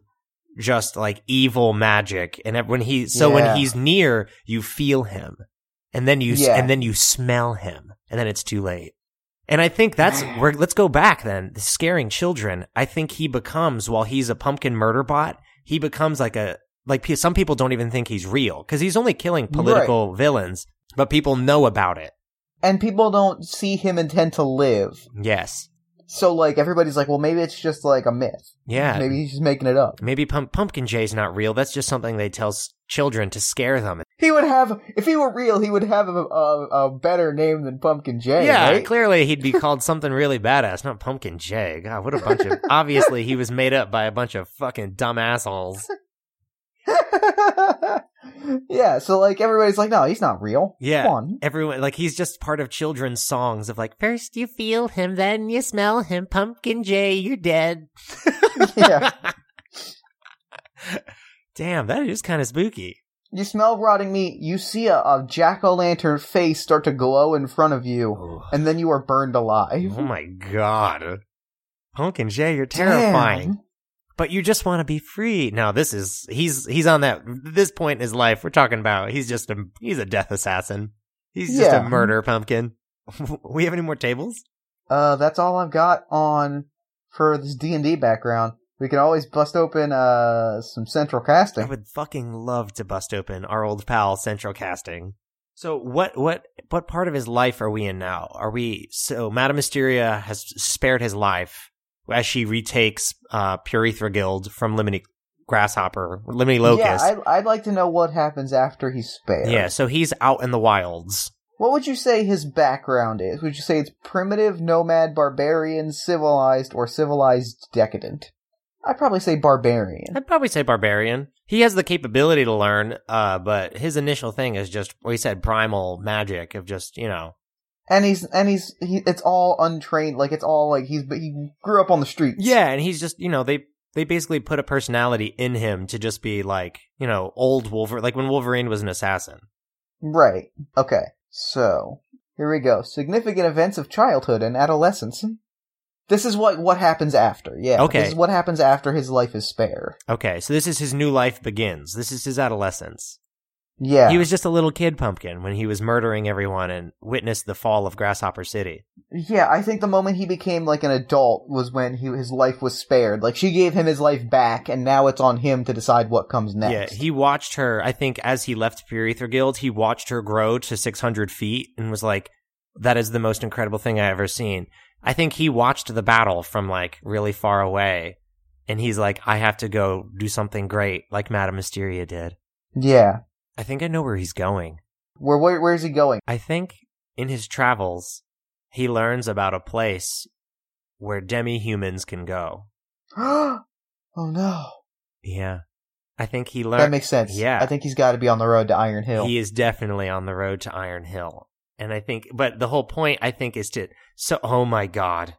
Speaker 3: just like evil magic. And when he, so
Speaker 2: Yeah.
Speaker 3: when he's near, you feel him, and then you, s
Speaker 2: Yeah.
Speaker 3: and then you smell him, and then it's too late. And I think that's where let's go back then. The scaring children. I think he becomes while he's a pumpkin murder bot, he becomes like a like pe- some people don't even think he's real because he's only killing political villains, but people know about it.
Speaker 2: And people don't see him intend to live.
Speaker 3: Yes.
Speaker 2: So like everybody's like, well, maybe it's just like a myth.
Speaker 3: Yeah. Maybe,
Speaker 2: Maybe he's just making it up.
Speaker 3: Pump- Pumpkin Jay's not real. That's just something they tell s- children to scare them.
Speaker 2: He would have, if he were real, he would have a, a, a better name than Pumpkin Jay.
Speaker 3: yeah,
Speaker 2: right?
Speaker 3: clearly he'd be called something really badass, not Pumpkin Jay. God, what a bunch of. Obviously, he was made up by a bunch of fucking dumb assholes.
Speaker 2: yeah, so like everybody's like, no, he's not real.
Speaker 3: Yeah.
Speaker 2: Come on.
Speaker 3: Everyone, like, he's just part of children's songs of like,
Speaker 4: First you feel him, then you smell him. Pumpkin Jay, you're dead.
Speaker 2: yeah.
Speaker 3: Damn, that is kind of spooky.
Speaker 2: You smell rotting meat, you see a, a jack o' lantern face start to glow in front of you,
Speaker 3: Oh,
Speaker 2: and then you are burned alive.
Speaker 3: my god. Pumpkin Jay, you're terrifying.
Speaker 2: Damn.
Speaker 3: But you just want to be free. Now this is he's he's on that this point in his life we're talking about. He's just a he's a death assassin. He's just
Speaker 2: Yeah.
Speaker 3: a murder pumpkin. we have any more tables?
Speaker 2: Uh, that's all I've got on for this D and D background. We can always bust open uh some central
Speaker 3: I
Speaker 2: casting.
Speaker 3: would fucking love to bust open our old pal Central Casting. So what what what part of his life are we in now? Are we so Madame Mysteria has spared his life as she retakes uh Purethra Guild from Limity Grasshopper, Limity Locust.
Speaker 2: Yeah, I, I'd like to know what happens after he's spared.
Speaker 3: yeah, so he's out in the wilds.
Speaker 2: What would you say his background is? Would you say it's primitive, nomad, barbarian, civilized, or civilized decadent? I'd probably say barbarian.
Speaker 3: I'd probably say barbarian. He has the capability to learn, uh, but his initial thing is just we said primal magic of just, you know,
Speaker 2: And he's and he's he, it's all untrained, like it's all like he's but he grew up on the streets.
Speaker 3: Yeah, and he's just you know they they basically put a personality in him to just be like you know old Wolverine, like when Wolverine was an assassin.
Speaker 2: Right. Okay. So here we go. Significant events of childhood and adolescence. This is what what happens after. Yeah.
Speaker 3: Okay.
Speaker 2: This is what happens after his life is spared.
Speaker 3: Okay, so this is his new life begins. This is his adolescence.
Speaker 2: Yeah.
Speaker 3: He was just a little kid pumpkin when he was murdering everyone and witnessed the fall of Grasshopper City.
Speaker 2: yeah. I think the moment he became like an adult was when he his life was spared. Like she gave him his life back, and now it's on him to decide what comes next.
Speaker 3: Yeah, he watched her. I think as he left Purethra Guild, he watched her grow to 600 feet and was like, "That is the most incredible thing I ever seen." I think he watched the battle from like really far away, and he's like, "I have to go do something great, like Madame Mysteria did."
Speaker 2: yeah.
Speaker 3: I think I know where he's going.
Speaker 2: Where, where where's he going?
Speaker 3: I think in his travels, he learns about a place where demi humans can go.
Speaker 2: oh no.
Speaker 3: Yeah, I think he
Speaker 2: That
Speaker 3: learned.
Speaker 2: makes sense.
Speaker 3: Yeah.
Speaker 2: I think he's got to be on the road to Iron Hill.
Speaker 3: He is definitely on the road to Iron Hill. And I think, but the whole point, I think, is to, so, oh my God.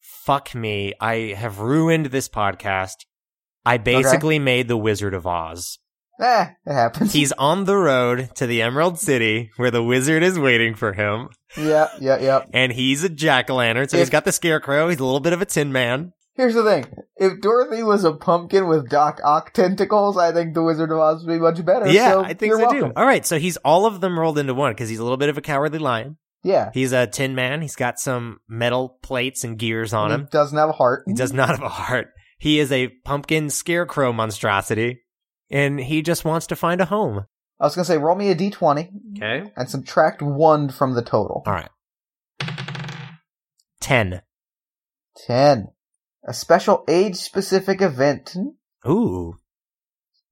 Speaker 3: Fuck me. I have ruined this podcast. I basically made the Wizard of Oz.
Speaker 2: eh, it happens.
Speaker 3: He's on the road to the Emerald City where the wizard is waiting for him.
Speaker 2: yeah. Yeah. Yeah.
Speaker 3: And he's a jack o' lantern. So he's
Speaker 2: If-
Speaker 3: got the scarecrow. He's a little bit of a tin man.
Speaker 2: Here's the thing: if Dorothy was a pumpkin with Doc Ock tentacles, I think the Wizard of Oz would be much better.
Speaker 3: yeah,
Speaker 2: so
Speaker 3: I think
Speaker 2: you're
Speaker 3: so
Speaker 2: welcome.
Speaker 3: too. All right. So he's all of them rolled into one because he's a little bit of a cowardly lion.
Speaker 2: Yeah,
Speaker 3: He's a tin man. He's got some metal plates and gears on him.
Speaker 2: He doesn't have a heart.
Speaker 3: He does not have a heart. He is a pumpkin scarecrow monstrosity, and he just wants to find a home.
Speaker 2: I was gonna say, roll me a d20
Speaker 3: Okay.
Speaker 2: and subtract one from the total.
Speaker 3: All right. Ten.
Speaker 2: Ten. A special age-specific event.
Speaker 3: Ooh.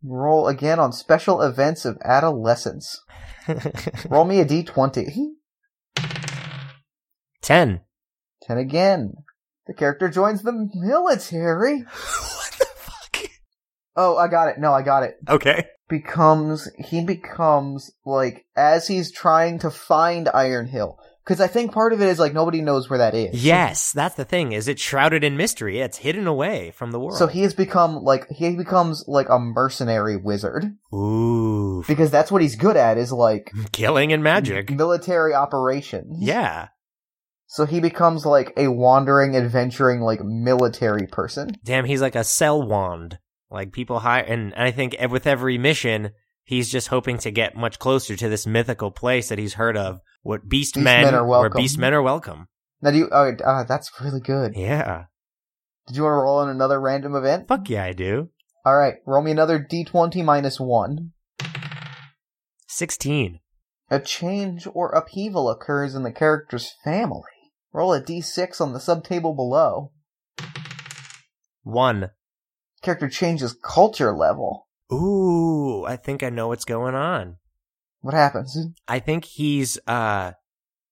Speaker 2: Roll again on special events of adolescence. Roll me a d20.
Speaker 3: Ten.
Speaker 2: Ten again. The character joins the military.
Speaker 3: what the fuck?
Speaker 2: Oh, I got it. No, I got it.
Speaker 3: Okay.
Speaker 2: becomes he becomes like as he's trying to find Iron Hill because I think part of it is like nobody knows where that is.
Speaker 3: Yes, that's the thing. Is it shrouded in mystery? It's hidden away from the world.
Speaker 2: So he has become like he becomes like a mercenary wizard
Speaker 3: Ooh.
Speaker 2: because that's what he's good at is like
Speaker 3: Killing and magic.
Speaker 2: military operations.
Speaker 3: Yeah.
Speaker 2: So he becomes like a wandering, adventuring, like military person.
Speaker 3: Damn, he's like a cell wand. Like people hire, and I think ev- with every mission, he's just hoping to get much closer to this mythical place that he's heard of. What beast,
Speaker 2: Beast
Speaker 3: men,
Speaker 2: men are
Speaker 3: where
Speaker 2: welcome.
Speaker 3: beast men are welcome.
Speaker 2: Now do you? Oh, uh, that's really good.
Speaker 3: Yeah.
Speaker 2: Did you want to roll on another random event?
Speaker 3: Fuck yeah, I do.
Speaker 2: All right, roll me another d20 minus one.
Speaker 3: 16.
Speaker 2: A change or upheaval occurs in the character's family. Roll a d6 on the subtable below.
Speaker 3: 1.
Speaker 2: Character changes culture level.
Speaker 3: Ooh, I think I know what's going on.
Speaker 2: What happens?
Speaker 3: I think he's uh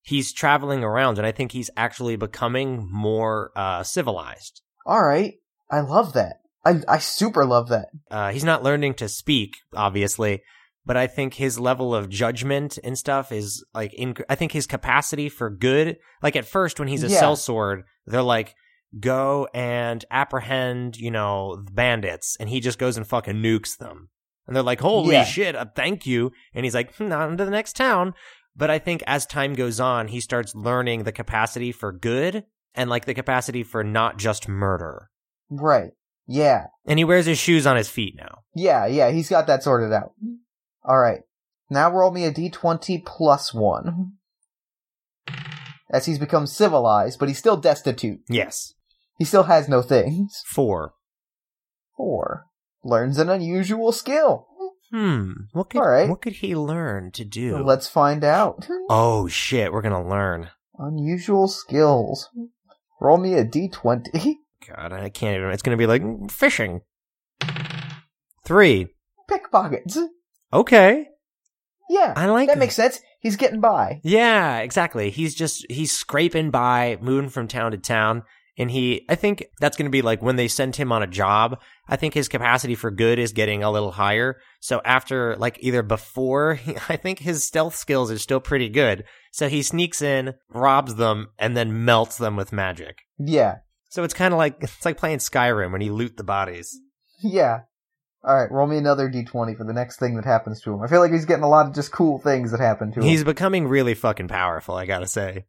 Speaker 3: he's traveling around and I think he's actually becoming more uh civilized.
Speaker 2: All right, I love that. I I super love that.
Speaker 3: Uh he's not learning to speak obviously, but I think his level of judgment and stuff is like in I think his capacity for good like at first when he's a
Speaker 2: Yeah.
Speaker 3: sellsword, they're like go and apprehend, you know, bandits and he just goes and fucking nukes them. And they're like, "Holy
Speaker 2: Yeah.
Speaker 3: shit, uh, thank you." And he's like, hmm, "On to the next town." But I think as time goes on, he starts learning the capacity for good and like the capacity for not just murder.
Speaker 2: Right. Yeah.
Speaker 3: And he wears his shoes on his feet now.
Speaker 2: Yeah. Yeah. He's got that sorted out. All right. Now roll me a d20 plus one. As he's become civilized, but he's still destitute.
Speaker 3: Yes.
Speaker 2: He still has no things.
Speaker 3: Four.
Speaker 2: Four. Learns an unusual skill.
Speaker 3: Hmm. What could
Speaker 2: All right.
Speaker 3: what could he learn to do?
Speaker 2: Let's find out.
Speaker 3: oh shit, we're gonna learn.
Speaker 2: Unusual skills. Roll me a d20.
Speaker 3: God, I can't even. It's gonna be like mm, fishing. Three.
Speaker 2: Pickpockets.
Speaker 3: Okay.
Speaker 2: Yeah.
Speaker 3: I like
Speaker 2: that makes sense. He's getting by.
Speaker 3: Yeah, exactly. He's just he's scraping by, moving from town to town, and he I think that's going to be like when they send him on a job, I think his capacity for good is getting a little higher. So after like either before, I think his stealth skills are still pretty good. So he sneaks in, robs them, and then melts them with magic.
Speaker 2: Yeah.
Speaker 3: So it's kind of like it's like playing Skyrim when you loot the bodies.
Speaker 2: Yeah. Alright, roll me another d20 for the next thing that happens to him. I feel like he's getting a lot of just cool things that happen to him.
Speaker 3: He's becoming really fucking powerful, I got to say.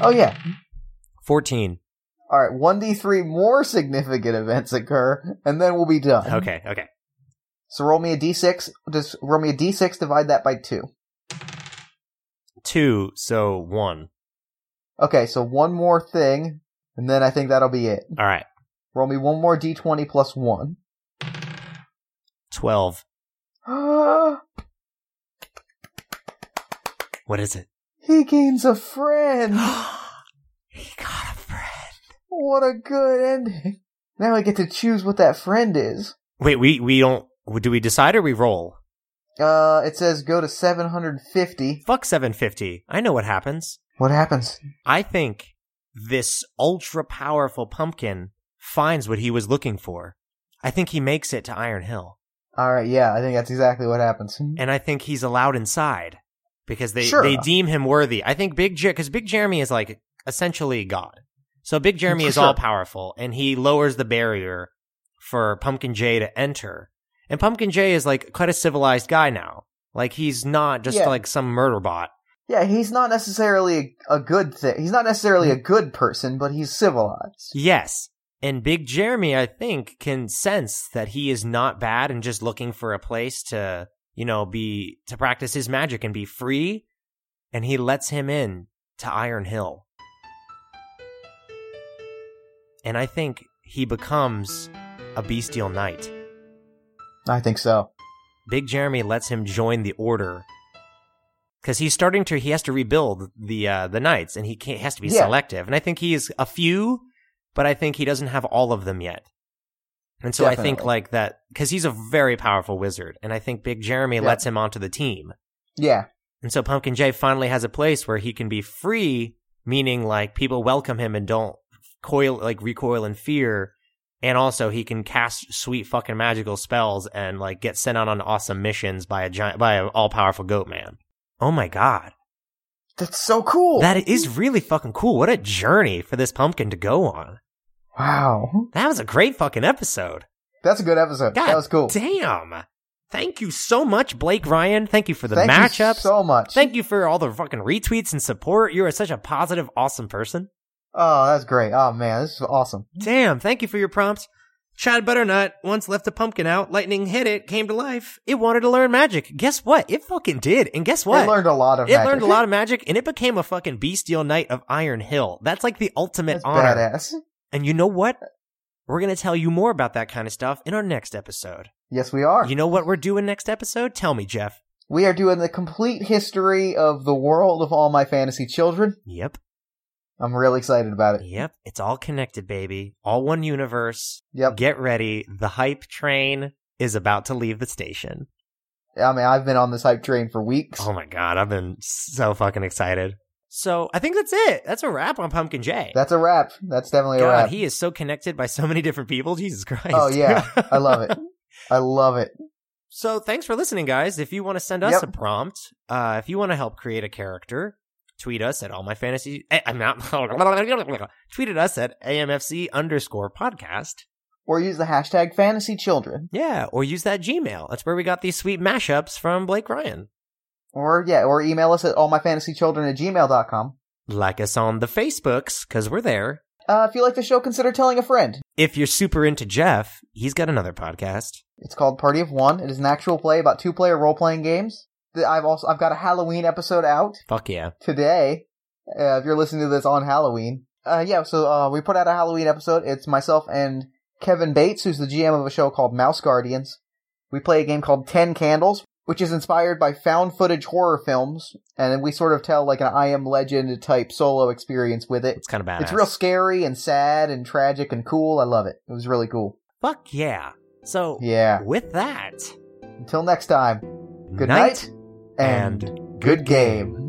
Speaker 2: Oh, yeah.
Speaker 3: 14.
Speaker 2: Alright, 1d3 more significant events occur, and then we'll be done.
Speaker 3: Okay, okay.
Speaker 2: So roll me a d6. Just roll me a d6, divide that by 2.
Speaker 3: 2 so 1.
Speaker 2: Okay, so one more thing, and then I think that'll be it.
Speaker 3: All right.
Speaker 2: Roll me one more d20 plus 1.
Speaker 3: 12.
Speaker 2: he
Speaker 3: What is it?
Speaker 2: gains a friend!
Speaker 3: he got a friend.
Speaker 2: What a good ending. Now I get to choose what that friend is.
Speaker 3: Wait, we we don't. Do we decide or we roll?
Speaker 2: Uh, it says go to 750.
Speaker 3: Fuck seven fifty. I know what happens.
Speaker 2: What happens?
Speaker 3: I think this ultra powerful pumpkin finds what he was looking for. I think he makes it to Iron Hill,
Speaker 2: Alright, yeah, I think that's exactly what happens.
Speaker 3: and I think he's allowed inside because they
Speaker 2: Mm-hmm. Sure.
Speaker 3: they deem him worthy. I think Big Jer because Big Jeremy is like essentially God. So Big Jeremy is
Speaker 2: Sure.
Speaker 3: all powerful, and he lowers the barrier for Pumpkin Jay to enter. And Pumpkin Jay is like quite a civilized guy now. Like he's not just
Speaker 2: Yeah.
Speaker 3: like some murder bot.
Speaker 2: Yeah, he's not necessarily a, a good thing. He's not necessarily
Speaker 3: Hmm.
Speaker 2: a good person, but he's civilized.
Speaker 3: Yes. And Big Jeremy, I think, can sense that he is not bad and just looking for a place to, you know, be to practice his magic and be free. And he lets him in to Iron Hill. And I think he becomes a bestial knight.
Speaker 2: I think so.
Speaker 3: Big Jeremy lets him join the order because he's starting to. He has to rebuild the uh, the knights, and he can't, has to be
Speaker 2: Yeah.
Speaker 3: selective. And I think he is a few, but I think he doesn't have all of them yet. And so I think
Speaker 2: Definitely.
Speaker 3: like that because he's a very powerful wizard, and I think Big Jeremy
Speaker 2: Yeah.
Speaker 3: lets him onto the team.
Speaker 2: Yeah.
Speaker 3: And so Pumpkin Jay finally has a place where he can be free, meaning like people welcome him and don't coil like recoil in fear. And also he can cast sweet fucking magical spells and like get sent out on awesome missions by a giant by an all powerful goat man. Oh my god.
Speaker 2: That's so cool.
Speaker 3: That is really fucking cool. What a journey for this pumpkin to go on.
Speaker 2: wow.
Speaker 3: That was a great fucking episode.
Speaker 2: That's a good episode.
Speaker 3: God
Speaker 2: that was cool.
Speaker 3: Damn. Thank you so much, Blake Ryan. Thank you for the
Speaker 2: Thank you
Speaker 3: matchups.
Speaker 2: so much.
Speaker 3: Thank you for all the fucking retweets and support. You are such a positive, awesome person.
Speaker 2: oh, that's great. Oh man, this is awesome.
Speaker 3: Damn, thank you for your prompts. Chad Butternut once left a pumpkin out. Lightning hit it, came to life. It wanted to learn magic. Guess what? It fucking did. And guess what?
Speaker 2: It learned a lot of
Speaker 3: It
Speaker 2: magic.
Speaker 3: learned a lot of magic and it became a fucking bestial knight of Iron Hill. That's like the ultimate
Speaker 2: That's
Speaker 3: honor.
Speaker 2: badass.
Speaker 3: And you know what? We're going to tell you more about that kind of stuff in our next episode.
Speaker 2: Yes, we are.
Speaker 3: You know what we're doing next episode? Tell me, Jeff.
Speaker 2: we are doing the complete history of the world of all my fantasy children.
Speaker 3: Yep.
Speaker 2: I'm really excited about it.
Speaker 3: Yep. It's all connected, baby. All one universe.
Speaker 2: Yep.
Speaker 3: Get ready. The hype train is about to leave the station.
Speaker 2: I mean, I've been on this hype train for weeks.
Speaker 3: Oh my God. I've been so fucking excited. So I think that's it. That's a wrap on Pumpkin J.
Speaker 2: That's a wrap. That's definitely a
Speaker 3: God,
Speaker 2: wrap.
Speaker 3: he is so connected by so many different people. Jesus Christ.
Speaker 2: Oh, yeah. I love it. I love it.
Speaker 3: So thanks for listening, guys. If you want to send us
Speaker 2: Yep.
Speaker 3: a prompt, uh, if you want to help create a character, tweet us at all my fantasy. eh, I'm not. tweeted us at amfc underscore podcast.
Speaker 2: Or use the hashtag fantasy children.
Speaker 3: Yeah, or use that Gmail. That's where we got these sweet mashups from Blake Ryan.
Speaker 2: Or, yeah, or email us at allmyfantasychildren at gmail.com.
Speaker 3: Like us on the Facebooks because we're there.
Speaker 2: Uh, if you like the show, consider telling a friend.
Speaker 3: If you're super into Jeff, he's got another podcast.
Speaker 2: It's called Party of One. It is an actual play about two player role playing games. The- I've also I've got a Halloween episode out
Speaker 3: Fuck yeah.
Speaker 2: today. Uh, if you're listening to this on Halloween, uh, yeah. So uh, we put out a Halloween episode. It's myself and Kevin Bates, who's the GM of a show called Mouse Guardians. We play a game called Ten Candles, which is inspired by found footage horror films, and we sort of tell like an I Am Legend type solo experience with it.
Speaker 3: It's kind of badass.
Speaker 2: It's real scary and sad and tragic and cool. I love it. It was really cool.
Speaker 3: Fuck yeah. So
Speaker 2: Yeah.
Speaker 3: with that,
Speaker 2: Until next time. Good night, and, good game.